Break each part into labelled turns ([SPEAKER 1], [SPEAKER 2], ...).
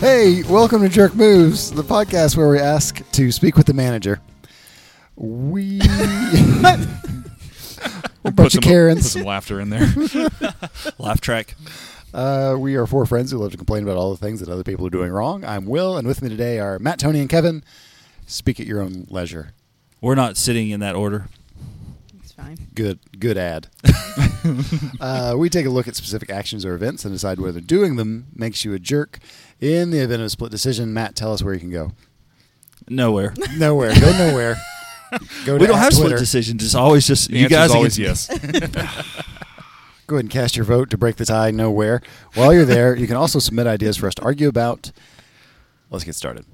[SPEAKER 1] Hey, welcome to Jerk Moves, the podcast where we ask to speak with the manager. We a
[SPEAKER 2] Put
[SPEAKER 1] bunch of
[SPEAKER 2] some- Put
[SPEAKER 1] Karens.
[SPEAKER 2] some laughter in there. Laugh track.
[SPEAKER 1] Uh, we are four friends who love to complain about all the things that other people are doing wrong. I'm Will, and with me today are Matt, Tony, and Kevin. Speak at your own leisure.
[SPEAKER 3] We're not sitting in that order.
[SPEAKER 4] It's fine.
[SPEAKER 1] Good, good ad. uh, we take a look at specific actions or events and decide whether doing them makes you a jerk. In the event of a split decision, Matt, tell us where you can go.
[SPEAKER 3] Nowhere.
[SPEAKER 1] Nowhere. Go nowhere. Go to
[SPEAKER 3] we don't
[SPEAKER 1] at
[SPEAKER 3] have
[SPEAKER 1] Twitter.
[SPEAKER 3] split decisions. It's always just
[SPEAKER 2] The
[SPEAKER 3] you
[SPEAKER 2] answer
[SPEAKER 3] guys.
[SPEAKER 2] is always
[SPEAKER 3] against-
[SPEAKER 2] yes.
[SPEAKER 1] Go ahead and cast your vote to break the tie nowhere. While you're there, you can also submit ideas for us to argue about. Let's get started.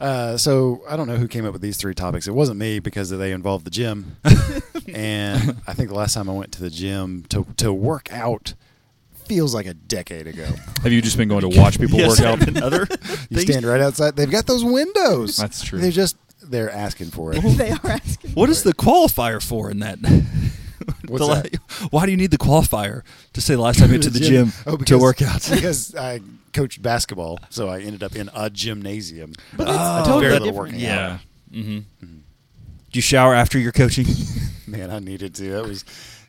[SPEAKER 1] Uh, so I don't know who came up with these three topics. It wasn't me because they involved the gym, and I think the last time I went to the gym to to work out feels like a decade ago.
[SPEAKER 2] Have you just been going to watch people
[SPEAKER 3] Yes,
[SPEAKER 2] work out?
[SPEAKER 3] and Other
[SPEAKER 1] You
[SPEAKER 3] things.
[SPEAKER 1] stand right outside. They've got those windows.
[SPEAKER 2] That's true.
[SPEAKER 1] They're just they're asking for
[SPEAKER 3] Oh,
[SPEAKER 1] it.
[SPEAKER 4] they are asking.
[SPEAKER 3] What is the qualifier for in that?
[SPEAKER 1] What's
[SPEAKER 3] The
[SPEAKER 1] that?
[SPEAKER 3] la- Why do you need the qualifier to say the last time you went to the gym,
[SPEAKER 1] Oh,
[SPEAKER 3] to
[SPEAKER 1] because-
[SPEAKER 3] work out?
[SPEAKER 1] because I coached basketball, so I ended up in a gymnasium.
[SPEAKER 4] But that's
[SPEAKER 1] I did
[SPEAKER 4] totally
[SPEAKER 1] very little
[SPEAKER 4] different.
[SPEAKER 1] working out.
[SPEAKER 2] yeah.
[SPEAKER 3] Oh. Mm-hmm. Do you shower after your coaching?
[SPEAKER 1] Man, I needed to. That was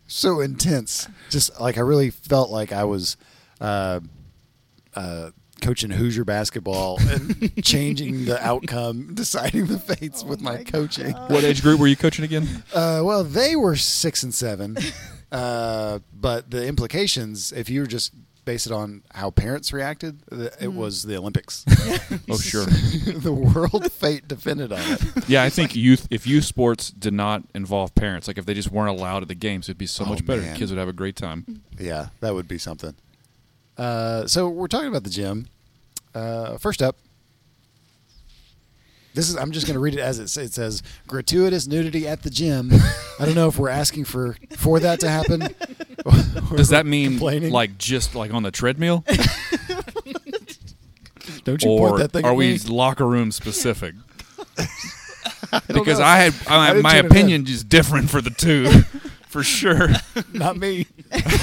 [SPEAKER 1] so intense. Just like I really felt like I was uh, uh, coaching Hoosier basketball and changing the outcome, deciding the fates with my, coaching.
[SPEAKER 2] What age group were you coaching again?
[SPEAKER 1] Uh, well, they were six and seven, uh, but the implications, if you were just based it on how parents reacted, th- it was the Olympics.
[SPEAKER 2] Oh, sure.
[SPEAKER 1] the world fate depended on it.
[SPEAKER 2] Yeah, I think youth. If youth sports did not involve parents, like if they just weren't allowed at the games, it'd be so
[SPEAKER 1] Oh,
[SPEAKER 2] much better.
[SPEAKER 1] man.
[SPEAKER 2] Kids would have a great time.
[SPEAKER 1] Yeah, that would be something. Uh, so we're talking about the gym. Uh, first up, this is. I'm just going to read it as it, sa- it says: gratuitous nudity at the gym. I don't know if we're asking for for that to happen. or
[SPEAKER 2] Does that mean
[SPEAKER 1] complaining.
[SPEAKER 2] like just like on the treadmill,
[SPEAKER 1] Don't you point
[SPEAKER 2] or
[SPEAKER 1] that thing?
[SPEAKER 2] are
[SPEAKER 1] at
[SPEAKER 2] we
[SPEAKER 1] me?
[SPEAKER 2] locker room specific? because
[SPEAKER 1] know.
[SPEAKER 2] I had
[SPEAKER 1] I
[SPEAKER 2] I,
[SPEAKER 1] didn't
[SPEAKER 2] my
[SPEAKER 1] turn it in.
[SPEAKER 2] opinion is different for the two, for sure.
[SPEAKER 1] not me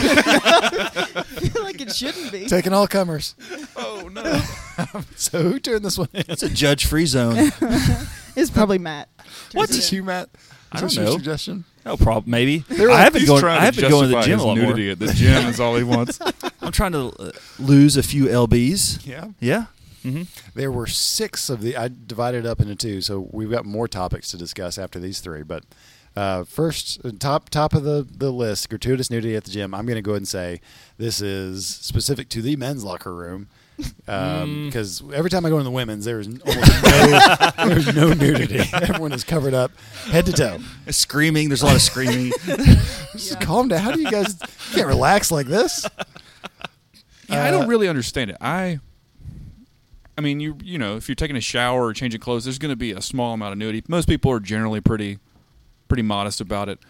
[SPEAKER 4] I feel like it shouldn't be.
[SPEAKER 1] taking all comers?
[SPEAKER 2] Oh no.
[SPEAKER 1] So who turned this one in?
[SPEAKER 3] That's a judge-free zone.
[SPEAKER 4] It's probably Matt.
[SPEAKER 1] What did you, Matt?
[SPEAKER 3] I
[SPEAKER 1] Is this
[SPEAKER 3] don't
[SPEAKER 1] your
[SPEAKER 3] know.
[SPEAKER 1] suggestion?
[SPEAKER 3] No problem. Maybe
[SPEAKER 1] were-
[SPEAKER 3] I haven't
[SPEAKER 2] He's
[SPEAKER 3] gone.
[SPEAKER 2] trying
[SPEAKER 3] I haven't
[SPEAKER 2] to
[SPEAKER 3] gone to the
[SPEAKER 2] justify
[SPEAKER 3] gym
[SPEAKER 2] his
[SPEAKER 3] a lot more.
[SPEAKER 2] nudity at the gym is all he wants.
[SPEAKER 3] I'm trying to uh, lose a few lbs.
[SPEAKER 1] Yeah.
[SPEAKER 3] Yeah.
[SPEAKER 1] There were six of the. I divided it up into two, so we've got more topics to discuss after these three. But uh, first, top top of the the list, gratuitous nudity at the gym. I'm going to go ahead and say this is specific to the men's locker room
[SPEAKER 3] Mm.
[SPEAKER 1] because every time I go in the women's, there is almost no there's no nudity. Everyone is covered up head to toe.
[SPEAKER 3] Screaming. There's a lot of screaming.
[SPEAKER 1] Just calm down. How do you guys you can't relax like this?
[SPEAKER 2] Yeah, I
[SPEAKER 1] Uh,
[SPEAKER 2] don't really understand it. I, I mean, you you know, if you're taking a shower or changing clothes, there's going to be a small amount of nudity. Most people are generally pretty, pretty modest about it,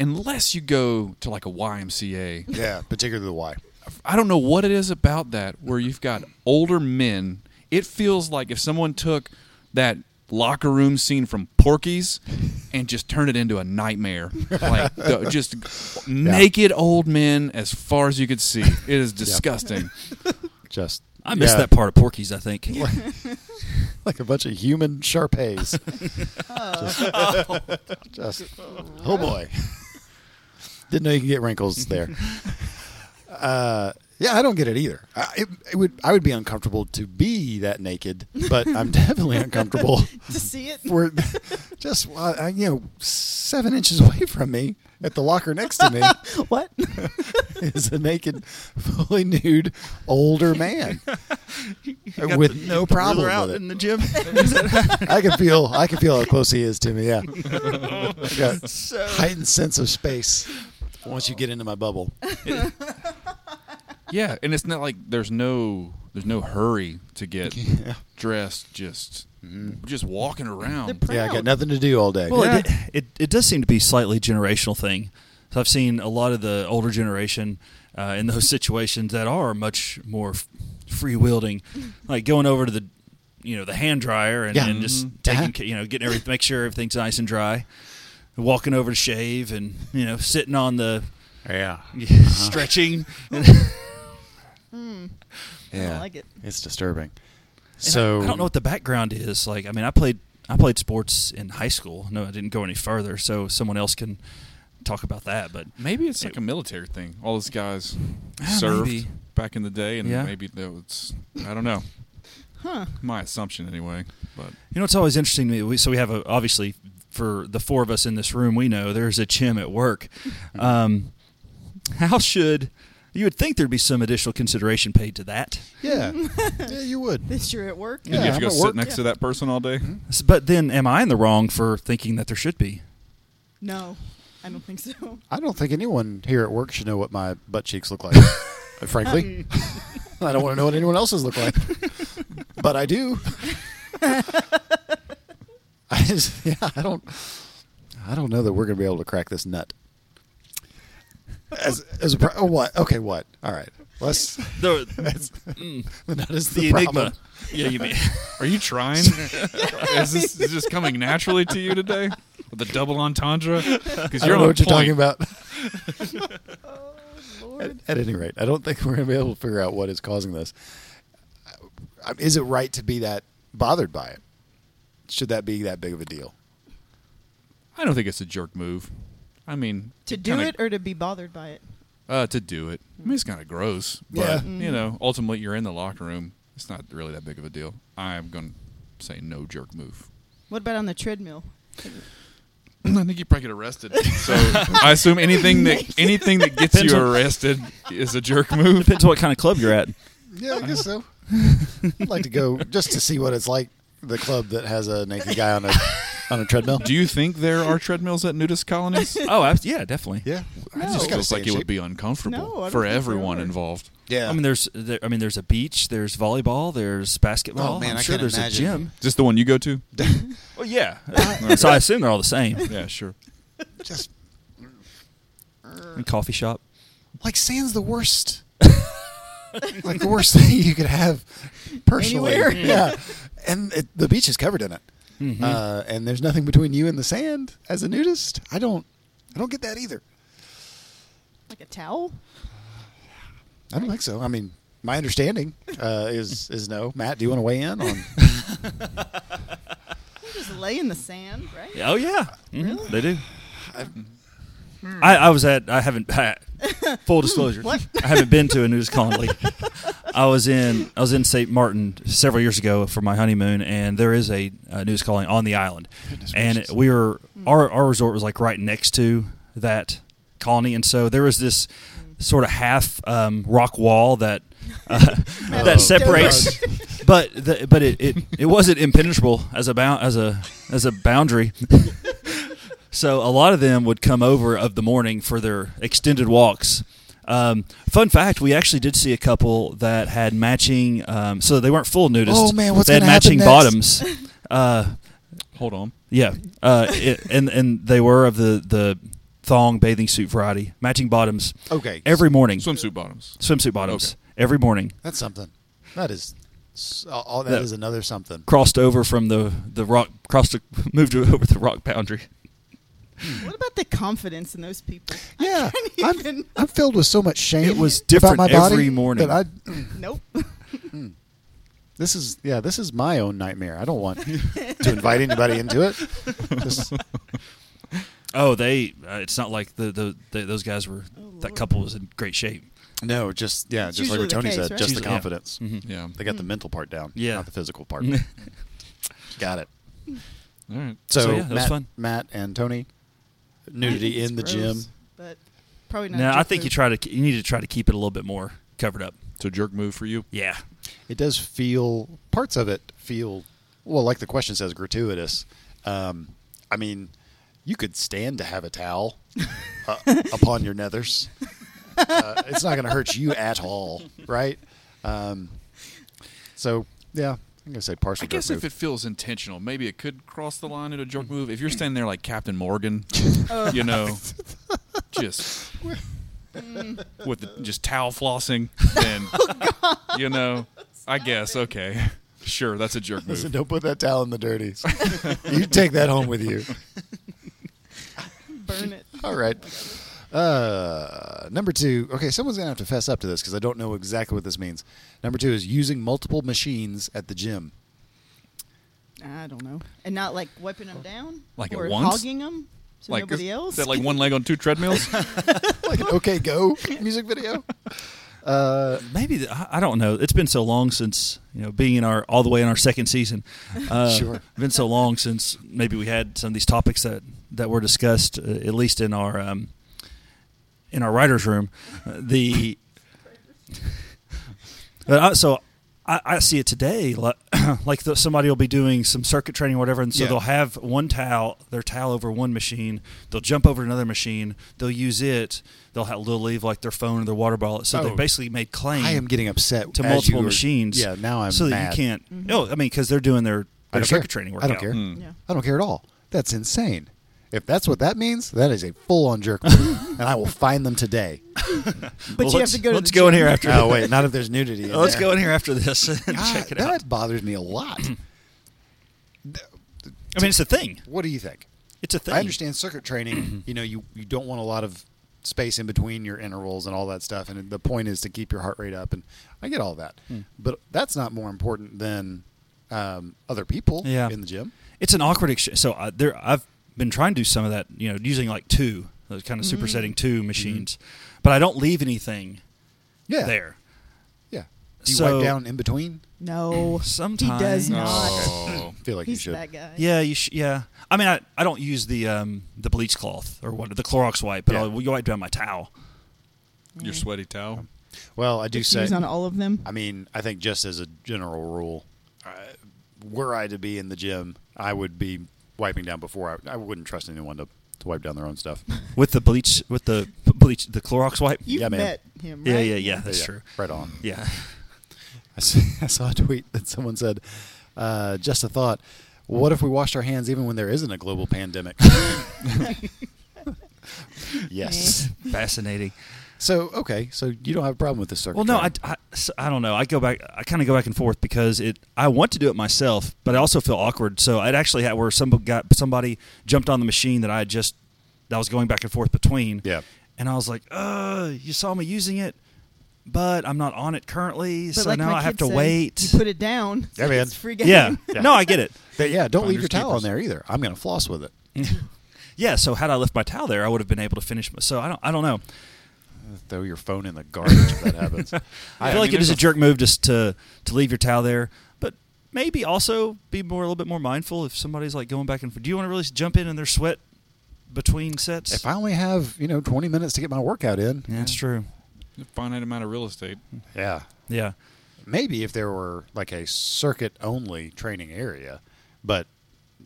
[SPEAKER 2] unless you go to like a YMCA.
[SPEAKER 1] Yeah, particularly the Y.
[SPEAKER 2] I don't know what it is about that where you've got older men. It feels like if someone took that locker room scene from Porky's and just turned it into a nightmare, like the, just naked old men as far as you could see. It is disgusting.
[SPEAKER 1] Just
[SPEAKER 3] I missed
[SPEAKER 1] yeah,
[SPEAKER 3] that part of Porky's. I think.
[SPEAKER 1] like a bunch of human Sharpays. Just, oh boy. Didn't know you could get wrinkles there. Uh, yeah, I don't get it either. I, it, it would, I would be uncomfortable to be that naked, but I'm definitely uncomfortable
[SPEAKER 4] to see it?
[SPEAKER 1] for just uh, uh, you know seven inches away from me at the locker next to me
[SPEAKER 4] What?
[SPEAKER 1] is a naked, fully nude older man with no problem with it.
[SPEAKER 3] the gym.
[SPEAKER 1] I can feel I can feel how close he is to me. Yeah, I got heightened sense of space once you get into my bubble.
[SPEAKER 2] Yeah, and it's not like there's no there's no hurry to get dressed. Just just walking
[SPEAKER 4] They're
[SPEAKER 2] around.
[SPEAKER 4] proud.
[SPEAKER 1] Yeah, I got nothing to do all day.
[SPEAKER 3] Well,
[SPEAKER 2] Yeah.
[SPEAKER 3] it, it it does seem to be slightly generational thing. So I've seen a lot of the older generation uh, in those situations that are much more f- free wielding, like going over to the you know the hand dryer and,
[SPEAKER 1] Yeah.
[SPEAKER 3] and just
[SPEAKER 1] Mhm.
[SPEAKER 3] taking
[SPEAKER 1] Uh-huh.
[SPEAKER 3] ca- you know getting everything make sure everything's nice and dry, walking over to shave and you know sitting on the
[SPEAKER 2] yeah,
[SPEAKER 1] Uh-huh.
[SPEAKER 3] stretching.
[SPEAKER 4] Hmm. I don't like it.
[SPEAKER 1] It's disturbing.
[SPEAKER 3] And I-
[SPEAKER 1] So
[SPEAKER 3] I, don't know what the background is. Like, I mean, I played I played sports in high school. No, I didn't go any further. So someone else can talk about that. But
[SPEAKER 2] Maybe it's like a military thing. All those guys
[SPEAKER 3] Ah,
[SPEAKER 2] served
[SPEAKER 3] maybe.
[SPEAKER 2] back in the day, and
[SPEAKER 3] Yeah.
[SPEAKER 2] maybe that was I don't know.
[SPEAKER 4] Huh.
[SPEAKER 2] My assumption anyway. But
[SPEAKER 3] you know, it's always interesting to me. We, so we have a obviously for the four of us in this room, we know there's a chim at work. Um, how should you would think there'd be some additional consideration paid to that,
[SPEAKER 1] Yeah, yeah, you would.
[SPEAKER 4] This year at work.
[SPEAKER 2] you
[SPEAKER 1] Yeah,
[SPEAKER 2] have
[SPEAKER 1] I'm
[SPEAKER 2] to go
[SPEAKER 1] at
[SPEAKER 2] sit
[SPEAKER 1] work.
[SPEAKER 2] next to that person all day.
[SPEAKER 1] Mm-hmm.
[SPEAKER 3] S- but then am I in the wrong for thinking that there should be?
[SPEAKER 4] No, I don't think so.
[SPEAKER 1] I don't think anyone here at work should know what my butt cheeks look like. Frankly,
[SPEAKER 4] Um.
[SPEAKER 1] I don't want to know what anyone else's look like, but I do. I just, yeah, I don't. I don't know that we're going to be able to crack this nut. As, as a pro- oh, what? Okay, what? All right. Let's.
[SPEAKER 3] The, mm,
[SPEAKER 1] The nut is the,
[SPEAKER 3] the enigma.
[SPEAKER 1] problem.
[SPEAKER 3] Yeah, you mean.
[SPEAKER 2] Are you trying? is, this, is this coming naturally to you today? With the double entendre? Because
[SPEAKER 1] I don't
[SPEAKER 2] you're
[SPEAKER 1] know
[SPEAKER 2] on
[SPEAKER 1] what
[SPEAKER 2] point.
[SPEAKER 1] you're talking about.
[SPEAKER 4] Oh
[SPEAKER 1] At,
[SPEAKER 4] Lord.
[SPEAKER 1] at any rate, I don't think we're going to be able to figure out what is causing this. Uh, Is it right to be that bothered by it? Should that be that big of a deal?
[SPEAKER 2] I don't think it's a jerk move. I mean,
[SPEAKER 4] To do
[SPEAKER 2] kinda-
[SPEAKER 4] it or to be bothered by it.
[SPEAKER 2] Uh, to do it. I mean, it's kind of gross, but
[SPEAKER 1] Yeah.
[SPEAKER 2] you know, ultimately you're in the locker room. It's not really that big of a deal. I'm gonna say no jerk move.
[SPEAKER 4] What about on the treadmill?
[SPEAKER 2] I think you probably get arrested. So I assume anything that anything that gets you arrested is a jerk move.
[SPEAKER 3] Depends what kind of club you're at.
[SPEAKER 1] Yeah, I guess so. I'd like to go just to see what it's like. The club that has a naked guy on a on a treadmill.
[SPEAKER 2] Do you think there are treadmills at nudist colonies?
[SPEAKER 3] Oh, I, yeah, definitely.
[SPEAKER 1] yeah, I
[SPEAKER 4] No.
[SPEAKER 2] It
[SPEAKER 1] just
[SPEAKER 4] Just
[SPEAKER 1] gotta
[SPEAKER 2] feels
[SPEAKER 1] stay
[SPEAKER 2] like
[SPEAKER 1] in
[SPEAKER 2] it would
[SPEAKER 1] shape.
[SPEAKER 2] be uncomfortable
[SPEAKER 4] No, I don't
[SPEAKER 2] for
[SPEAKER 4] think there
[SPEAKER 2] everyone
[SPEAKER 4] are.
[SPEAKER 2] involved.
[SPEAKER 5] Yeah.
[SPEAKER 3] I mean, there's there, I mean, there's a beach, there's volleyball, there's basketball.
[SPEAKER 5] Oh, man,
[SPEAKER 3] I'm
[SPEAKER 5] I
[SPEAKER 3] sure
[SPEAKER 5] can't
[SPEAKER 3] there's
[SPEAKER 5] imagine.
[SPEAKER 3] a gym.
[SPEAKER 2] Is this the one you go to?
[SPEAKER 3] Well, yeah. so I assume they're all the same.
[SPEAKER 2] Yeah, sure.
[SPEAKER 1] just
[SPEAKER 3] And coffee shop.
[SPEAKER 1] like sand's the worst. like the worst thing you could have personally.
[SPEAKER 4] Anywhere.
[SPEAKER 1] Yeah, and it, the beach is covered in it,
[SPEAKER 2] Mm-hmm.
[SPEAKER 1] uh, and there's nothing between you and the sand. As a nudist, I don't, I don't get that either.
[SPEAKER 4] Like a towel?
[SPEAKER 1] I don't think so. I mean, my understanding uh, is is no. Matt, do you want to weigh in on?
[SPEAKER 4] You just lay in the sand, right?
[SPEAKER 3] Oh yeah, Mhm, they do. I, I was at. I haven't. full disclosure.
[SPEAKER 4] What?
[SPEAKER 3] I haven't been to a nudist colony. I was in. I was in Saint Martin several years ago for my honeymoon, and there is a, a nudist colony on the island. and
[SPEAKER 1] gracious.
[SPEAKER 3] we were our our resort was like right next to that colony, and so there was this sort of half um, rock wall that uh, that separates. But the, but it, it, it wasn't impenetrable as a bound as a as a boundary. So a lot of them would come over of the morning for their extended walks. Um, fun fact: We actually did see a couple that had matching. Um, so they weren't full nudists.
[SPEAKER 1] Oh, man, what's
[SPEAKER 3] they had
[SPEAKER 1] gonna happen
[SPEAKER 3] matching
[SPEAKER 1] next?
[SPEAKER 3] bottoms. Uh,
[SPEAKER 2] Hold on.
[SPEAKER 3] yeah, uh, it, and and they were of the the thong bathing suit variety, matching bottoms
[SPEAKER 1] Okay,
[SPEAKER 3] every morning,
[SPEAKER 2] Swimsuit bottoms.
[SPEAKER 3] swimsuit bottoms every morning.
[SPEAKER 1] that's something. That is, s- all, that
[SPEAKER 3] That-
[SPEAKER 1] is another something.
[SPEAKER 3] Crossed over from the the rock, crossed the, moved over the rock boundary.
[SPEAKER 4] What about the confidence in those people?
[SPEAKER 1] Yeah,
[SPEAKER 4] I
[SPEAKER 1] I'm,
[SPEAKER 4] can't even.
[SPEAKER 1] I'm filled with so much shame.
[SPEAKER 3] It was
[SPEAKER 1] about
[SPEAKER 3] different
[SPEAKER 1] my body
[SPEAKER 3] every morning.
[SPEAKER 1] That I,
[SPEAKER 4] Nope.
[SPEAKER 1] this is yeah, this is my own nightmare. I don't want to invite anybody into it. Just-
[SPEAKER 3] Oh, they. Uh, it's not like the, the, the those guys were. that
[SPEAKER 4] Lord.
[SPEAKER 3] couple was in great shape.
[SPEAKER 1] no, just yeah,
[SPEAKER 4] It's
[SPEAKER 1] just like what
[SPEAKER 4] usually
[SPEAKER 1] Tony
[SPEAKER 4] the case,
[SPEAKER 1] said,
[SPEAKER 4] right? Mm-hmm.
[SPEAKER 1] just the
[SPEAKER 3] Usually, yeah. Mm-hmm.
[SPEAKER 1] confidence.
[SPEAKER 2] Mm-hmm. Yeah.
[SPEAKER 1] They got the mental part down,
[SPEAKER 3] Yeah.
[SPEAKER 1] not the physical part. got it.
[SPEAKER 2] All right.
[SPEAKER 1] So,
[SPEAKER 3] So, yeah, that was
[SPEAKER 1] Matt,
[SPEAKER 3] fun.
[SPEAKER 1] Matt and Tony,
[SPEAKER 4] I think
[SPEAKER 1] nudity
[SPEAKER 4] it's
[SPEAKER 1] in the gym.
[SPEAKER 4] gross, But probably not.
[SPEAKER 3] No,
[SPEAKER 4] a
[SPEAKER 3] I
[SPEAKER 4] jerk
[SPEAKER 3] think you
[SPEAKER 4] move.
[SPEAKER 3] try to. You need to try to keep it a little bit more covered up.
[SPEAKER 2] So jerk move for you.
[SPEAKER 3] Yeah.
[SPEAKER 1] It does feel parts of it feel well, like the question says, gratuitous. Um, I mean, you could stand to have a towel uh, upon your nethers. Uh, it's not going to hurt you at all, right? Um, so yeah, I'm going to say partial.
[SPEAKER 2] I guess
[SPEAKER 1] jerk
[SPEAKER 2] if
[SPEAKER 1] move. Mm.
[SPEAKER 2] it feels intentional, maybe it could cross the line into a jerk move. If you're standing there like Captain Morgan,
[SPEAKER 1] Uh.
[SPEAKER 2] you know, just
[SPEAKER 4] Mm.
[SPEAKER 2] with the, just towel flossing,
[SPEAKER 4] Oh,
[SPEAKER 2] then you know, I guess okay, sure, that's a jerk
[SPEAKER 1] Listen,
[SPEAKER 2] move.
[SPEAKER 1] don't put that towel in the dirties. you take that home with you.
[SPEAKER 4] Burn it.
[SPEAKER 1] All right. Uh, number two. Okay, someone's gonna have to fess up to this because I don't know exactly what this means. Number two is using multiple machines at the gym.
[SPEAKER 4] I don't know. And not like wiping them down?
[SPEAKER 2] Like at
[SPEAKER 4] or
[SPEAKER 2] once?
[SPEAKER 4] hogging them so
[SPEAKER 2] like
[SPEAKER 4] nobody
[SPEAKER 2] is-
[SPEAKER 4] else?
[SPEAKER 2] Is that like one leg on two treadmills?
[SPEAKER 1] Like an OK Go music video. Uh,
[SPEAKER 3] Maybe the, I I don't know. It's been so long since you know being in our all the way in our second season. Uh,
[SPEAKER 1] Sure.
[SPEAKER 3] it's Been so long since maybe we had some of these topics that that were discussed uh, at least in our um, in our writers' room. Uh, the but I, so. I, I see it today, like, like the, somebody will be doing some circuit training or whatever, and so
[SPEAKER 1] Yeah.
[SPEAKER 3] they'll have one towel, their towel over one machine, they'll jump over to another machine, they'll use it, they'll, have, they'll leave like their phone or their water bottle. So
[SPEAKER 1] Oh.
[SPEAKER 3] they basically made claim
[SPEAKER 1] I am getting upset
[SPEAKER 3] to
[SPEAKER 1] as you
[SPEAKER 3] multiple
[SPEAKER 1] are-
[SPEAKER 3] machines.
[SPEAKER 1] Yeah, now I'm
[SPEAKER 3] so that
[SPEAKER 1] mad.
[SPEAKER 3] you can't.
[SPEAKER 4] Mm-hmm.
[SPEAKER 3] No, I mean because they're doing their,
[SPEAKER 1] I
[SPEAKER 3] their
[SPEAKER 1] don't
[SPEAKER 3] circuit
[SPEAKER 1] care.
[SPEAKER 3] training Mm.
[SPEAKER 1] I
[SPEAKER 3] workout. Hmm.
[SPEAKER 1] don't care.
[SPEAKER 4] yeah.
[SPEAKER 1] I don't care at all. That's insane. If that's what that means, that is a full-on jerk, move, and I will find them today.
[SPEAKER 4] But
[SPEAKER 3] Well,
[SPEAKER 4] you have
[SPEAKER 3] let's-
[SPEAKER 4] to go to
[SPEAKER 3] let's
[SPEAKER 4] the
[SPEAKER 3] go in
[SPEAKER 4] gym.
[SPEAKER 3] here after.
[SPEAKER 1] Oh wait, not if there's nudity. in
[SPEAKER 3] let's
[SPEAKER 1] there.
[SPEAKER 3] go in here after this and
[SPEAKER 1] God,
[SPEAKER 3] check it
[SPEAKER 1] that
[SPEAKER 3] out.
[SPEAKER 1] bothers me a lot.
[SPEAKER 3] I mean, it's a thing.
[SPEAKER 1] what do you think?
[SPEAKER 3] It's a thing.
[SPEAKER 1] I understand circuit training. you know, you, you don't want a lot of space in between your intervals and all that stuff. And the point is to keep your heart rate up. And I get all that.
[SPEAKER 3] Hmm.
[SPEAKER 1] But that's not more important than um, other people
[SPEAKER 3] Yeah.
[SPEAKER 1] in the gym.
[SPEAKER 3] It's an awkward exchange. So I, there, I've been trying to do some of that. You know, using like two, those kind of
[SPEAKER 4] Mm-hmm.
[SPEAKER 3] supersetting two machines, but I don't leave anything
[SPEAKER 1] Mm-hmm. Yeah.
[SPEAKER 3] there.
[SPEAKER 1] Yeah. Do you
[SPEAKER 3] So-
[SPEAKER 1] wipe down in between?
[SPEAKER 4] No.
[SPEAKER 3] Sometimes.
[SPEAKER 4] He does not.
[SPEAKER 2] oh.
[SPEAKER 1] feel like you
[SPEAKER 4] He's
[SPEAKER 1] should.
[SPEAKER 4] that guy.
[SPEAKER 3] Yeah, you sh- yeah. I mean, I, I don't use the um, the bleach cloth or what the Clorox wipe, but
[SPEAKER 1] Yeah.
[SPEAKER 3] I'll wipe down my towel.
[SPEAKER 4] Mm.
[SPEAKER 2] Your sweaty towel.
[SPEAKER 1] Well, I do
[SPEAKER 4] Just
[SPEAKER 1] say.
[SPEAKER 4] use on all of them.
[SPEAKER 1] I mean, I think just as a general rule, uh, were I to be in the gym, I would be wiping down before. I, I wouldn't trust anyone to, to wipe down their own stuff.
[SPEAKER 3] with the bleach with the p- bleach the Clorox wipe.
[SPEAKER 4] You've
[SPEAKER 1] yeah, man.
[SPEAKER 4] met him, right?
[SPEAKER 3] yeah, yeah, yeah. That's
[SPEAKER 1] Yeah,
[SPEAKER 3] true.
[SPEAKER 1] Right on.
[SPEAKER 3] Yeah,
[SPEAKER 1] I s- I saw a tweet that someone said, uh, just a thought, what if we washed our hands even when there isn't a global pandemic? yes.
[SPEAKER 3] fascinating.
[SPEAKER 1] So, okay, so you don't have a problem with this circuit.
[SPEAKER 3] Well, no, I,
[SPEAKER 1] training.
[SPEAKER 3] I, so- I don't know. I go back. I kind of go back and forth because it. I want to do it myself, but I also feel awkward. So I'd actually had where some got somebody jumped on the machine that I had just that I was going back and forth between.
[SPEAKER 1] Yeah.
[SPEAKER 3] and I was like, "Uh, you saw me using it, but I'm not on it currently,
[SPEAKER 4] But
[SPEAKER 3] so
[SPEAKER 4] like
[SPEAKER 3] now
[SPEAKER 4] my
[SPEAKER 3] I have
[SPEAKER 4] kid
[SPEAKER 3] to
[SPEAKER 4] said,
[SPEAKER 3] wait."
[SPEAKER 4] You put it down.
[SPEAKER 1] Yeah, man.
[SPEAKER 4] It's free game.
[SPEAKER 3] yeah.
[SPEAKER 1] Yeah.
[SPEAKER 3] no, I get it.
[SPEAKER 1] But yeah, don't leave your
[SPEAKER 2] Finders
[SPEAKER 1] towel
[SPEAKER 2] keepers.
[SPEAKER 1] on there either. I'm going to floss with it.
[SPEAKER 3] Yeah, so had I left my towel there, I would have been able to finish. My, so I don't. I don't know.
[SPEAKER 1] Throw your phone in the garbage if that happens.
[SPEAKER 3] I,
[SPEAKER 2] Yeah,
[SPEAKER 3] feel
[SPEAKER 2] I
[SPEAKER 3] like
[SPEAKER 2] mean,
[SPEAKER 3] it is
[SPEAKER 2] there's
[SPEAKER 3] a
[SPEAKER 2] a-
[SPEAKER 3] jerk move just to to leave your towel there, but maybe also be more a little bit more mindful if somebody's like going back and forth. Do you want to really jump in in their sweat between sets?
[SPEAKER 1] If I only have, you know, 20 minutes to get my workout in,
[SPEAKER 3] yeah, that's true.
[SPEAKER 2] Finite amount of real estate.
[SPEAKER 1] yeah.
[SPEAKER 3] Yeah,
[SPEAKER 1] Maybe if there were like a circuit only training area, but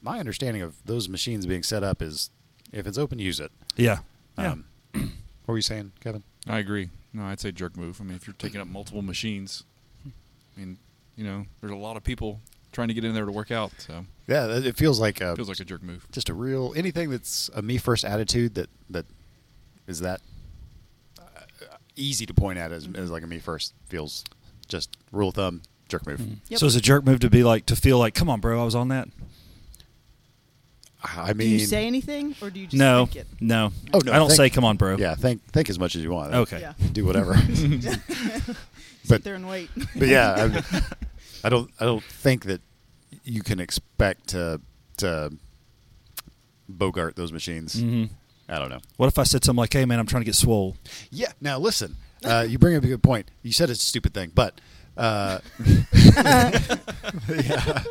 [SPEAKER 1] my understanding of those machines being set up is if it's open, use it.
[SPEAKER 3] yeah, yeah.
[SPEAKER 1] Um, what were you saying, Kevin?
[SPEAKER 2] I agree. No, I'd say jerk move. I mean, if you're taking up multiple machines, I mean, you know, there's a lot of people trying to get in there to work out. So
[SPEAKER 1] Yeah, that- it feels like a,
[SPEAKER 2] it feels like a jerk move.
[SPEAKER 1] just a real anything that's a me first attitude that that is that uh, easy to point at as,
[SPEAKER 3] Mm-hmm.
[SPEAKER 1] as like a me first feels just rule of thumb jerk move.
[SPEAKER 4] Yep.
[SPEAKER 3] So it's a jerk move to be like to feel like, come on, bro, I was on that.
[SPEAKER 1] I
[SPEAKER 4] Do
[SPEAKER 1] mean,
[SPEAKER 4] you say anything or do you just
[SPEAKER 3] no,
[SPEAKER 4] think it?
[SPEAKER 3] no.
[SPEAKER 1] Oh, no,
[SPEAKER 3] I don't
[SPEAKER 1] thank-
[SPEAKER 3] say, come on, bro.
[SPEAKER 1] yeah, think think as much as you want.
[SPEAKER 3] Okay.
[SPEAKER 4] Yeah.
[SPEAKER 1] do whatever.
[SPEAKER 4] Sit
[SPEAKER 1] but
[SPEAKER 4] there and wait.
[SPEAKER 1] but yeah, I, I don't I don't think that you can expect to to bogart those machines.
[SPEAKER 3] hmm
[SPEAKER 1] I don't know.
[SPEAKER 3] What if I said something like, hey, man, I'm trying to get swole?
[SPEAKER 1] Yeah. Now listen, uh, you bring up a good point. You said it's a stupid thing, but uh, yeah.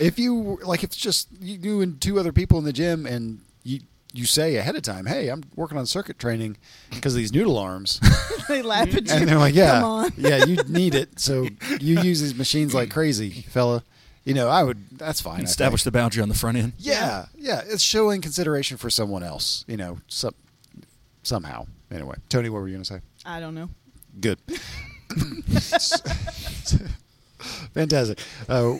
[SPEAKER 1] if you like, if it's just you, you and two other people in the gym, and you you say ahead of time, "Hey, I'm working on circuit training because of these noodle arms,"
[SPEAKER 4] they laugh at you.
[SPEAKER 1] and they're like, "Yeah,
[SPEAKER 4] Come on.
[SPEAKER 1] yeah, you need it, so you use these machines like crazy, fella." You know, I would. That's fine. I
[SPEAKER 3] Establish
[SPEAKER 1] think.
[SPEAKER 3] the boundary on the front end.
[SPEAKER 1] Yeah, yeah, it's showing consideration for someone else. You know, some, somehow. Anyway, Tony, what were you gonna say?
[SPEAKER 4] I don't know.
[SPEAKER 1] Good. Fantastic. Uh,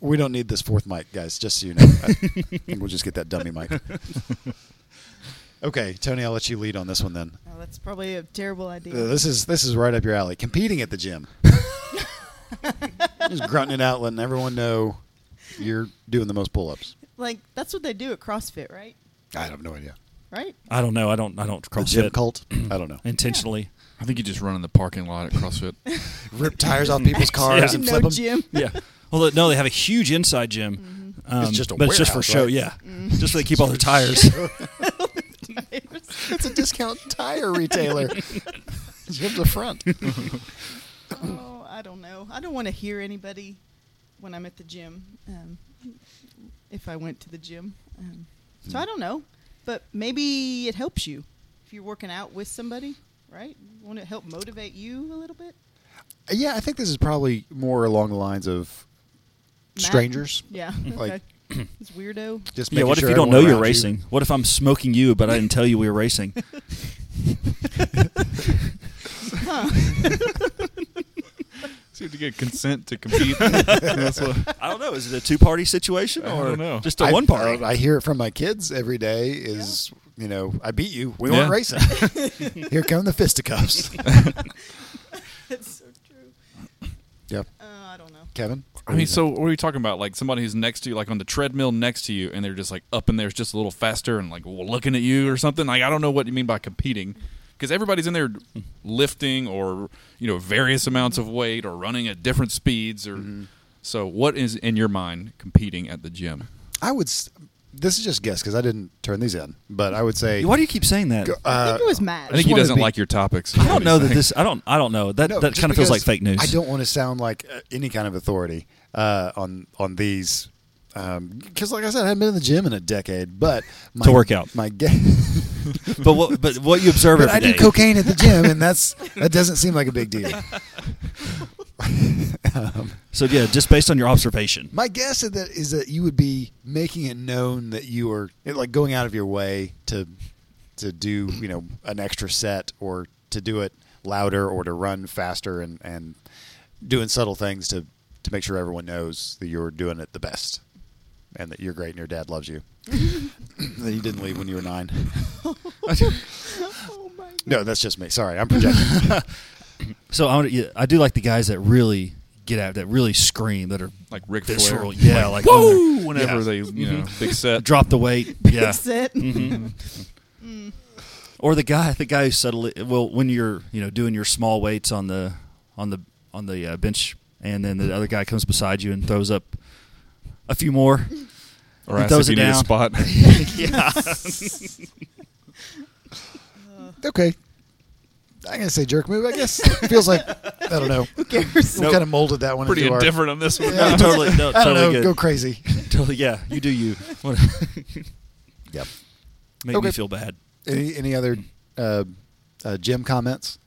[SPEAKER 1] we don't need this fourth mic, guys, just so you know. I think we'll just get that dummy mic. Okay, Tony, I'll let you lead on this one then.
[SPEAKER 4] Oh, that's probably a terrible idea.
[SPEAKER 1] Uh, this is this is right up your alley. Competing at the gym. just grunting it out, letting everyone know you're doing the most pull ups.
[SPEAKER 4] like that's what they do at CrossFit, right?
[SPEAKER 1] I have no idea.
[SPEAKER 4] right?
[SPEAKER 3] I don't know. I don't. I don't
[SPEAKER 1] The gym
[SPEAKER 3] CrossFit
[SPEAKER 1] cult? I don't know.
[SPEAKER 3] intentionally.
[SPEAKER 2] I think you just run in the parking lot at CrossFit.
[SPEAKER 1] Rip tires off people's cars and
[SPEAKER 4] no
[SPEAKER 1] flip them.
[SPEAKER 4] gym.
[SPEAKER 3] Yeah. Well, no, they have a huge inside gym. Um,
[SPEAKER 1] Mm-hmm. It's just a
[SPEAKER 3] but it's just for
[SPEAKER 1] warehouse,
[SPEAKER 3] show.
[SPEAKER 1] right? Mm-hmm.
[SPEAKER 3] Yeah,
[SPEAKER 4] Mm.
[SPEAKER 3] just so they keep all their tires.
[SPEAKER 1] It's a discount tire retailer. Jim's a front.
[SPEAKER 4] oh, I don't know. I don't want to hear anybody when I'm at the gym. Um, if I went to the gym, um, so I don't know, but maybe it helps you if you're working out with somebody, right? Won't it help motivate you a little bit?
[SPEAKER 1] Yeah, I think this is probably more along the lines of
[SPEAKER 4] Matt?
[SPEAKER 1] strangers.
[SPEAKER 4] Yeah.
[SPEAKER 1] Like-
[SPEAKER 4] okay. this weirdo.
[SPEAKER 1] Just
[SPEAKER 3] yeah.
[SPEAKER 1] making
[SPEAKER 3] What if
[SPEAKER 1] sure
[SPEAKER 3] you don't know
[SPEAKER 1] everyone
[SPEAKER 3] you're
[SPEAKER 1] around you-
[SPEAKER 3] racing? What if I'm smoking you, but I didn't tell you we were racing?
[SPEAKER 2] So you have to get consent to compete. That's what-
[SPEAKER 3] I don't know. Is it a two party situation
[SPEAKER 2] I
[SPEAKER 3] or
[SPEAKER 2] don't know.
[SPEAKER 3] just a
[SPEAKER 1] I- uh,
[SPEAKER 3] one party?
[SPEAKER 1] I, I hear it from my kids every day. Is you know, I beat you. We
[SPEAKER 2] Yeah.
[SPEAKER 1] weren't racing. Here come the fisticuffs.
[SPEAKER 4] That's so true.
[SPEAKER 1] yeah,
[SPEAKER 4] Uh, I don't know.
[SPEAKER 1] Kevin.
[SPEAKER 2] I mean, so what are you talking about? Like somebody who's next to you, like on the treadmill next to you, and they're just like up in there, just a little faster, and like looking at you or something. Like I don't know what you mean by competing, because everybody's in there lifting or you know various amounts of weight or running at different speeds. Or
[SPEAKER 3] Mm-hmm.
[SPEAKER 2] so, what is in your mind competing at the gym?
[SPEAKER 1] I would. s- This is just guess because I didn't turn these in, but I uh, would say.
[SPEAKER 3] Why do you keep saying that?
[SPEAKER 4] I think it was
[SPEAKER 2] uh, I
[SPEAKER 4] Matt.
[SPEAKER 2] think he
[SPEAKER 1] wanna
[SPEAKER 2] doesn't
[SPEAKER 1] be-
[SPEAKER 2] like your topics.
[SPEAKER 3] I don't know that this. I don't. I don't know. That
[SPEAKER 1] No,
[SPEAKER 3] that
[SPEAKER 1] just
[SPEAKER 3] kind of feels
[SPEAKER 1] because
[SPEAKER 3] like fake news.
[SPEAKER 1] I don't want to sound like uh, any kind of authority uh, on on these because, like I said, I haven't been in the gym in a decade. But my,
[SPEAKER 3] To work out.
[SPEAKER 1] my ga-
[SPEAKER 3] But what? But what you observe
[SPEAKER 1] but
[SPEAKER 3] every
[SPEAKER 1] I do
[SPEAKER 3] day-
[SPEAKER 1] cocaine at the gym, and that's that doesn't seem like a big deal.
[SPEAKER 3] So yeah, just based on your observation.
[SPEAKER 1] My guess is that is that you would be making it known that you are like going out of your way to to do you know an extra set or to do it louder or to run faster and and doing subtle things to to make sure everyone knows that you're doing it the best and that you're great and your dad loves you that you didn't leave when you were nine.
[SPEAKER 4] Oh my God.
[SPEAKER 1] No, that's just me. Sorry, I'm projecting.
[SPEAKER 3] So I, would- yeah, I do like the guys that really get out, that really scream, that are
[SPEAKER 2] Like Ric Flair.
[SPEAKER 3] visceral. Yeah, like,
[SPEAKER 2] Woo! Whenever
[SPEAKER 3] Yeah.
[SPEAKER 2] they, you know, big
[SPEAKER 3] oh,
[SPEAKER 2] set.
[SPEAKER 3] drop the weight. Yeah,
[SPEAKER 4] That's it.
[SPEAKER 1] Mm-hmm.
[SPEAKER 3] or the guy, the guy who subtly, well, when you're you know doing your small weights on the on the on the uh, bench, and then the other guy comes beside you and throws up a few more.
[SPEAKER 2] Or
[SPEAKER 3] He
[SPEAKER 2] ask
[SPEAKER 3] throws
[SPEAKER 2] if you
[SPEAKER 3] it
[SPEAKER 2] need a
[SPEAKER 3] down.
[SPEAKER 2] spot.
[SPEAKER 3] yeah,
[SPEAKER 1] okay. I'm gonna say jerk move. I guess feels like I don't know.
[SPEAKER 4] Who cares?
[SPEAKER 1] We kind of molded that one
[SPEAKER 2] Pretty
[SPEAKER 1] into our
[SPEAKER 2] indifferent on this one.
[SPEAKER 1] Yeah.
[SPEAKER 3] totally, no,
[SPEAKER 1] I don't
[SPEAKER 3] totally
[SPEAKER 1] know.
[SPEAKER 3] good.
[SPEAKER 1] Go crazy.
[SPEAKER 3] Totally, yeah, you do you. What-
[SPEAKER 1] Yep.
[SPEAKER 3] Make
[SPEAKER 1] Okay.
[SPEAKER 3] me feel bad.
[SPEAKER 1] Any any other uh, uh, gym comments?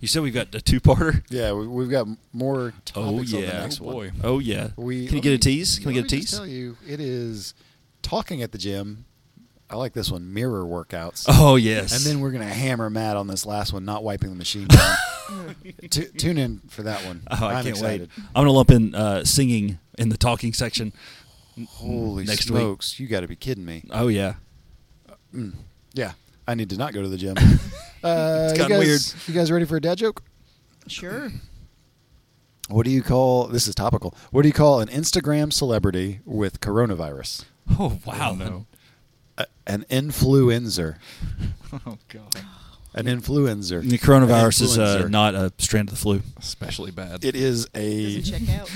[SPEAKER 3] You said we've got a two-parter.
[SPEAKER 1] Yeah, we, we've got more. Topics
[SPEAKER 3] Oh,
[SPEAKER 1] On the
[SPEAKER 3] yeah.
[SPEAKER 1] next
[SPEAKER 2] Oh,
[SPEAKER 1] one.
[SPEAKER 2] boy.
[SPEAKER 3] Oh yeah.
[SPEAKER 1] We-
[SPEAKER 3] Can you
[SPEAKER 1] let
[SPEAKER 3] get
[SPEAKER 1] me-
[SPEAKER 3] a tease? Can we
[SPEAKER 1] let
[SPEAKER 3] get a
[SPEAKER 1] me just
[SPEAKER 3] tease?
[SPEAKER 1] Tell you, it is talking at the gym. I like this one. Mirror workouts.
[SPEAKER 3] Oh yes.
[SPEAKER 1] And then we're gonna hammer Matt on this last one, not wiping the machine down. Tu- tune in for that one.
[SPEAKER 3] Oh, I
[SPEAKER 1] I'm
[SPEAKER 3] can't
[SPEAKER 1] excited.
[SPEAKER 3] wait. I'm gonna lump in uh, singing in the talking section.
[SPEAKER 1] Holy
[SPEAKER 3] Next week.
[SPEAKER 1] smokes! You got to be kidding me. Mm.
[SPEAKER 3] Oh yeah.
[SPEAKER 1] Yeah, I need to not go to the gym. Uh, you
[SPEAKER 3] gotten
[SPEAKER 1] guys,
[SPEAKER 3] weird.
[SPEAKER 1] You guys ready for a dad joke?
[SPEAKER 4] Sure.
[SPEAKER 1] What do you call this is topical. What do you call an Instagram celebrity with coronavirus?
[SPEAKER 3] Oh wow.
[SPEAKER 2] no.
[SPEAKER 1] A- an influencer.
[SPEAKER 2] Oh, God.
[SPEAKER 1] An influencer.
[SPEAKER 3] The coronavirus
[SPEAKER 1] An
[SPEAKER 3] is uh,
[SPEAKER 1] influencer.
[SPEAKER 3] not a strand of the flu.
[SPEAKER 2] Especially bad.
[SPEAKER 1] It is a
[SPEAKER 4] Doesn't check out.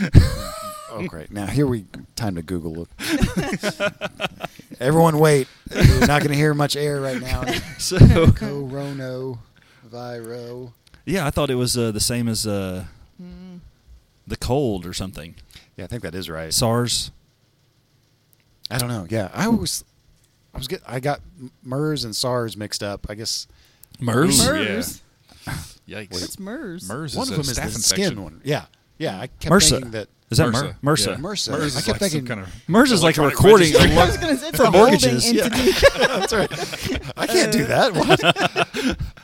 [SPEAKER 1] Oh great. Now here we time to Google it. Everyone wait. You're not gonna hear much air right now.
[SPEAKER 3] So
[SPEAKER 1] Corono viro.
[SPEAKER 3] yeah, I thought it was uh, the same as uh, the cold or something.
[SPEAKER 1] Yeah, I think that is right.
[SPEAKER 3] SARS.
[SPEAKER 1] I don't know. Yeah. I was I was get I got MERS and SARS mixed up. I guess
[SPEAKER 3] MERS.
[SPEAKER 2] Ooh,
[SPEAKER 4] MERS.
[SPEAKER 2] Yikes.
[SPEAKER 4] What's MERS?
[SPEAKER 2] MERS
[SPEAKER 1] one
[SPEAKER 2] is
[SPEAKER 1] of them
[SPEAKER 2] a
[SPEAKER 1] is
[SPEAKER 2] staph
[SPEAKER 1] the
[SPEAKER 2] infection.
[SPEAKER 1] skin one. Yeah. Yeah. I kept thinking
[SPEAKER 3] MRSA.
[SPEAKER 1] that
[SPEAKER 3] Is that Mer-
[SPEAKER 2] MRSA. Yeah.
[SPEAKER 3] MRSA?
[SPEAKER 1] MRSA.
[SPEAKER 2] MERS
[SPEAKER 1] I
[SPEAKER 2] is
[SPEAKER 1] kept
[SPEAKER 2] like some
[SPEAKER 1] thinking
[SPEAKER 2] kind of
[SPEAKER 3] MERS is like a
[SPEAKER 2] Electronic
[SPEAKER 3] recording.
[SPEAKER 2] register.
[SPEAKER 4] I was going to say it's
[SPEAKER 3] For
[SPEAKER 4] a holding
[SPEAKER 3] mortgages, yeah.
[SPEAKER 4] entity.
[SPEAKER 1] That's right. I can't do that. What?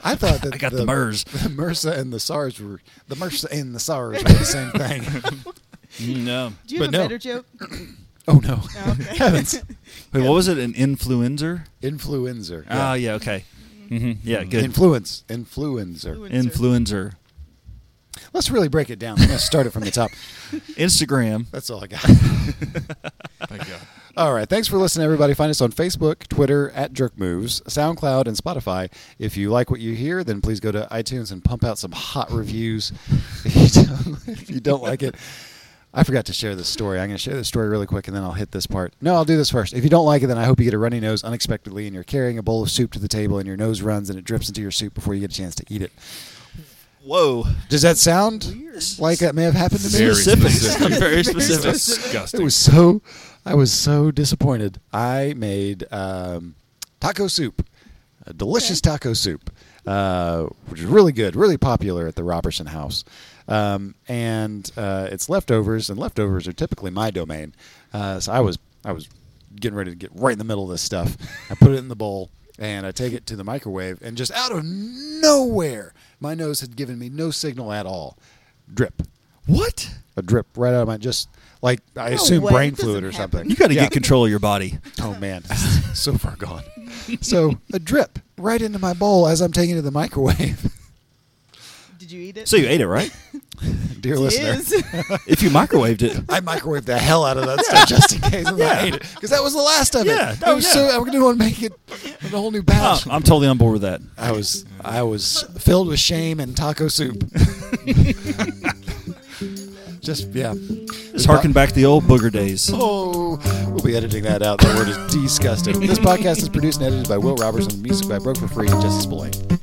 [SPEAKER 1] I thought that
[SPEAKER 3] I got the MERS.
[SPEAKER 1] the MRSA and the SARS were the MRSA and the SARS were the same thing.
[SPEAKER 3] Mm, no.
[SPEAKER 4] Do you
[SPEAKER 1] But
[SPEAKER 4] have a
[SPEAKER 1] no.
[SPEAKER 4] better joke?
[SPEAKER 1] oh no,
[SPEAKER 4] Oh, okay.
[SPEAKER 1] heavens!
[SPEAKER 3] Wait, what was it? An influenza?
[SPEAKER 1] Influencer.
[SPEAKER 3] Ah, yeah. Okay. hmm Yeah. Good.
[SPEAKER 1] Influence. Mm-hmm. Influencer.
[SPEAKER 3] Influencer.
[SPEAKER 1] Let's really break it down. I'm gonna start it from the top.
[SPEAKER 3] Instagram.
[SPEAKER 1] That's all I got.
[SPEAKER 2] Thank God.
[SPEAKER 1] All right. Thanks for listening, everybody. Find us on Facebook, Twitter, at Jerk Moves, SoundCloud, and Spotify. If you like what you hear, then please go to iTunes and pump out some hot reviews. if, you don't, if you don't like it, I forgot to share this story. I'm going to share this story really quick, and then I'll hit this part. No, I'll do this first. If you don't like it, then I hope you get a runny nose unexpectedly, and you're carrying a bowl of soup to the table, and your nose runs, and it drips into your soup before you get a chance to eat it.
[SPEAKER 3] Whoa.
[SPEAKER 1] Does that sound like that may have happened to me?
[SPEAKER 2] Very
[SPEAKER 3] Specific.
[SPEAKER 2] specific.
[SPEAKER 3] Very
[SPEAKER 2] It's
[SPEAKER 3] specific.
[SPEAKER 1] It
[SPEAKER 2] disgusting.
[SPEAKER 1] was so. I was so disappointed. I made um, taco soup, a delicious taco soup, uh, which is really good, really popular at the Robertson House. Um, and uh, it's leftovers, and leftovers are typically my domain. Uh, so I was I was getting ready to get right in the middle of this stuff. I put it in the bowl and I take it to the microwave, and just out of nowhere, my nose had given me no signal at all. Drip
[SPEAKER 3] What?
[SPEAKER 1] a drip right out of my just like I
[SPEAKER 4] No
[SPEAKER 1] assume
[SPEAKER 4] way,
[SPEAKER 1] brain
[SPEAKER 4] it doesn't
[SPEAKER 1] fluid or
[SPEAKER 4] happen.
[SPEAKER 1] something.
[SPEAKER 3] You got to
[SPEAKER 1] Yeah.
[SPEAKER 3] get control of your body.
[SPEAKER 1] Oh man, so far gone. So a drip right into my bowl as I'm taking it to the microwave.
[SPEAKER 4] Did you eat it?
[SPEAKER 3] So you ate it, right?
[SPEAKER 1] Dear
[SPEAKER 4] It
[SPEAKER 1] listener,
[SPEAKER 4] is.
[SPEAKER 3] if you microwaved it.
[SPEAKER 1] I microwaved the hell out of that stuff just in case, and then I ate it because that was the last of
[SPEAKER 3] Yeah.
[SPEAKER 1] it.
[SPEAKER 3] Oh,
[SPEAKER 1] It was so
[SPEAKER 3] yeah.
[SPEAKER 1] I'm gonna want to make it a whole new
[SPEAKER 3] Oh,
[SPEAKER 1] batch.
[SPEAKER 3] I'm totally on board with that.
[SPEAKER 1] I was I was filled with shame and taco soup. just yeah.
[SPEAKER 3] Just harken back to the old booger days.
[SPEAKER 1] Oh, we'll be editing that out. That word is disgusting. This podcast is produced and edited by Will Robertson. Music by Broke for Free and Jesse Spillane.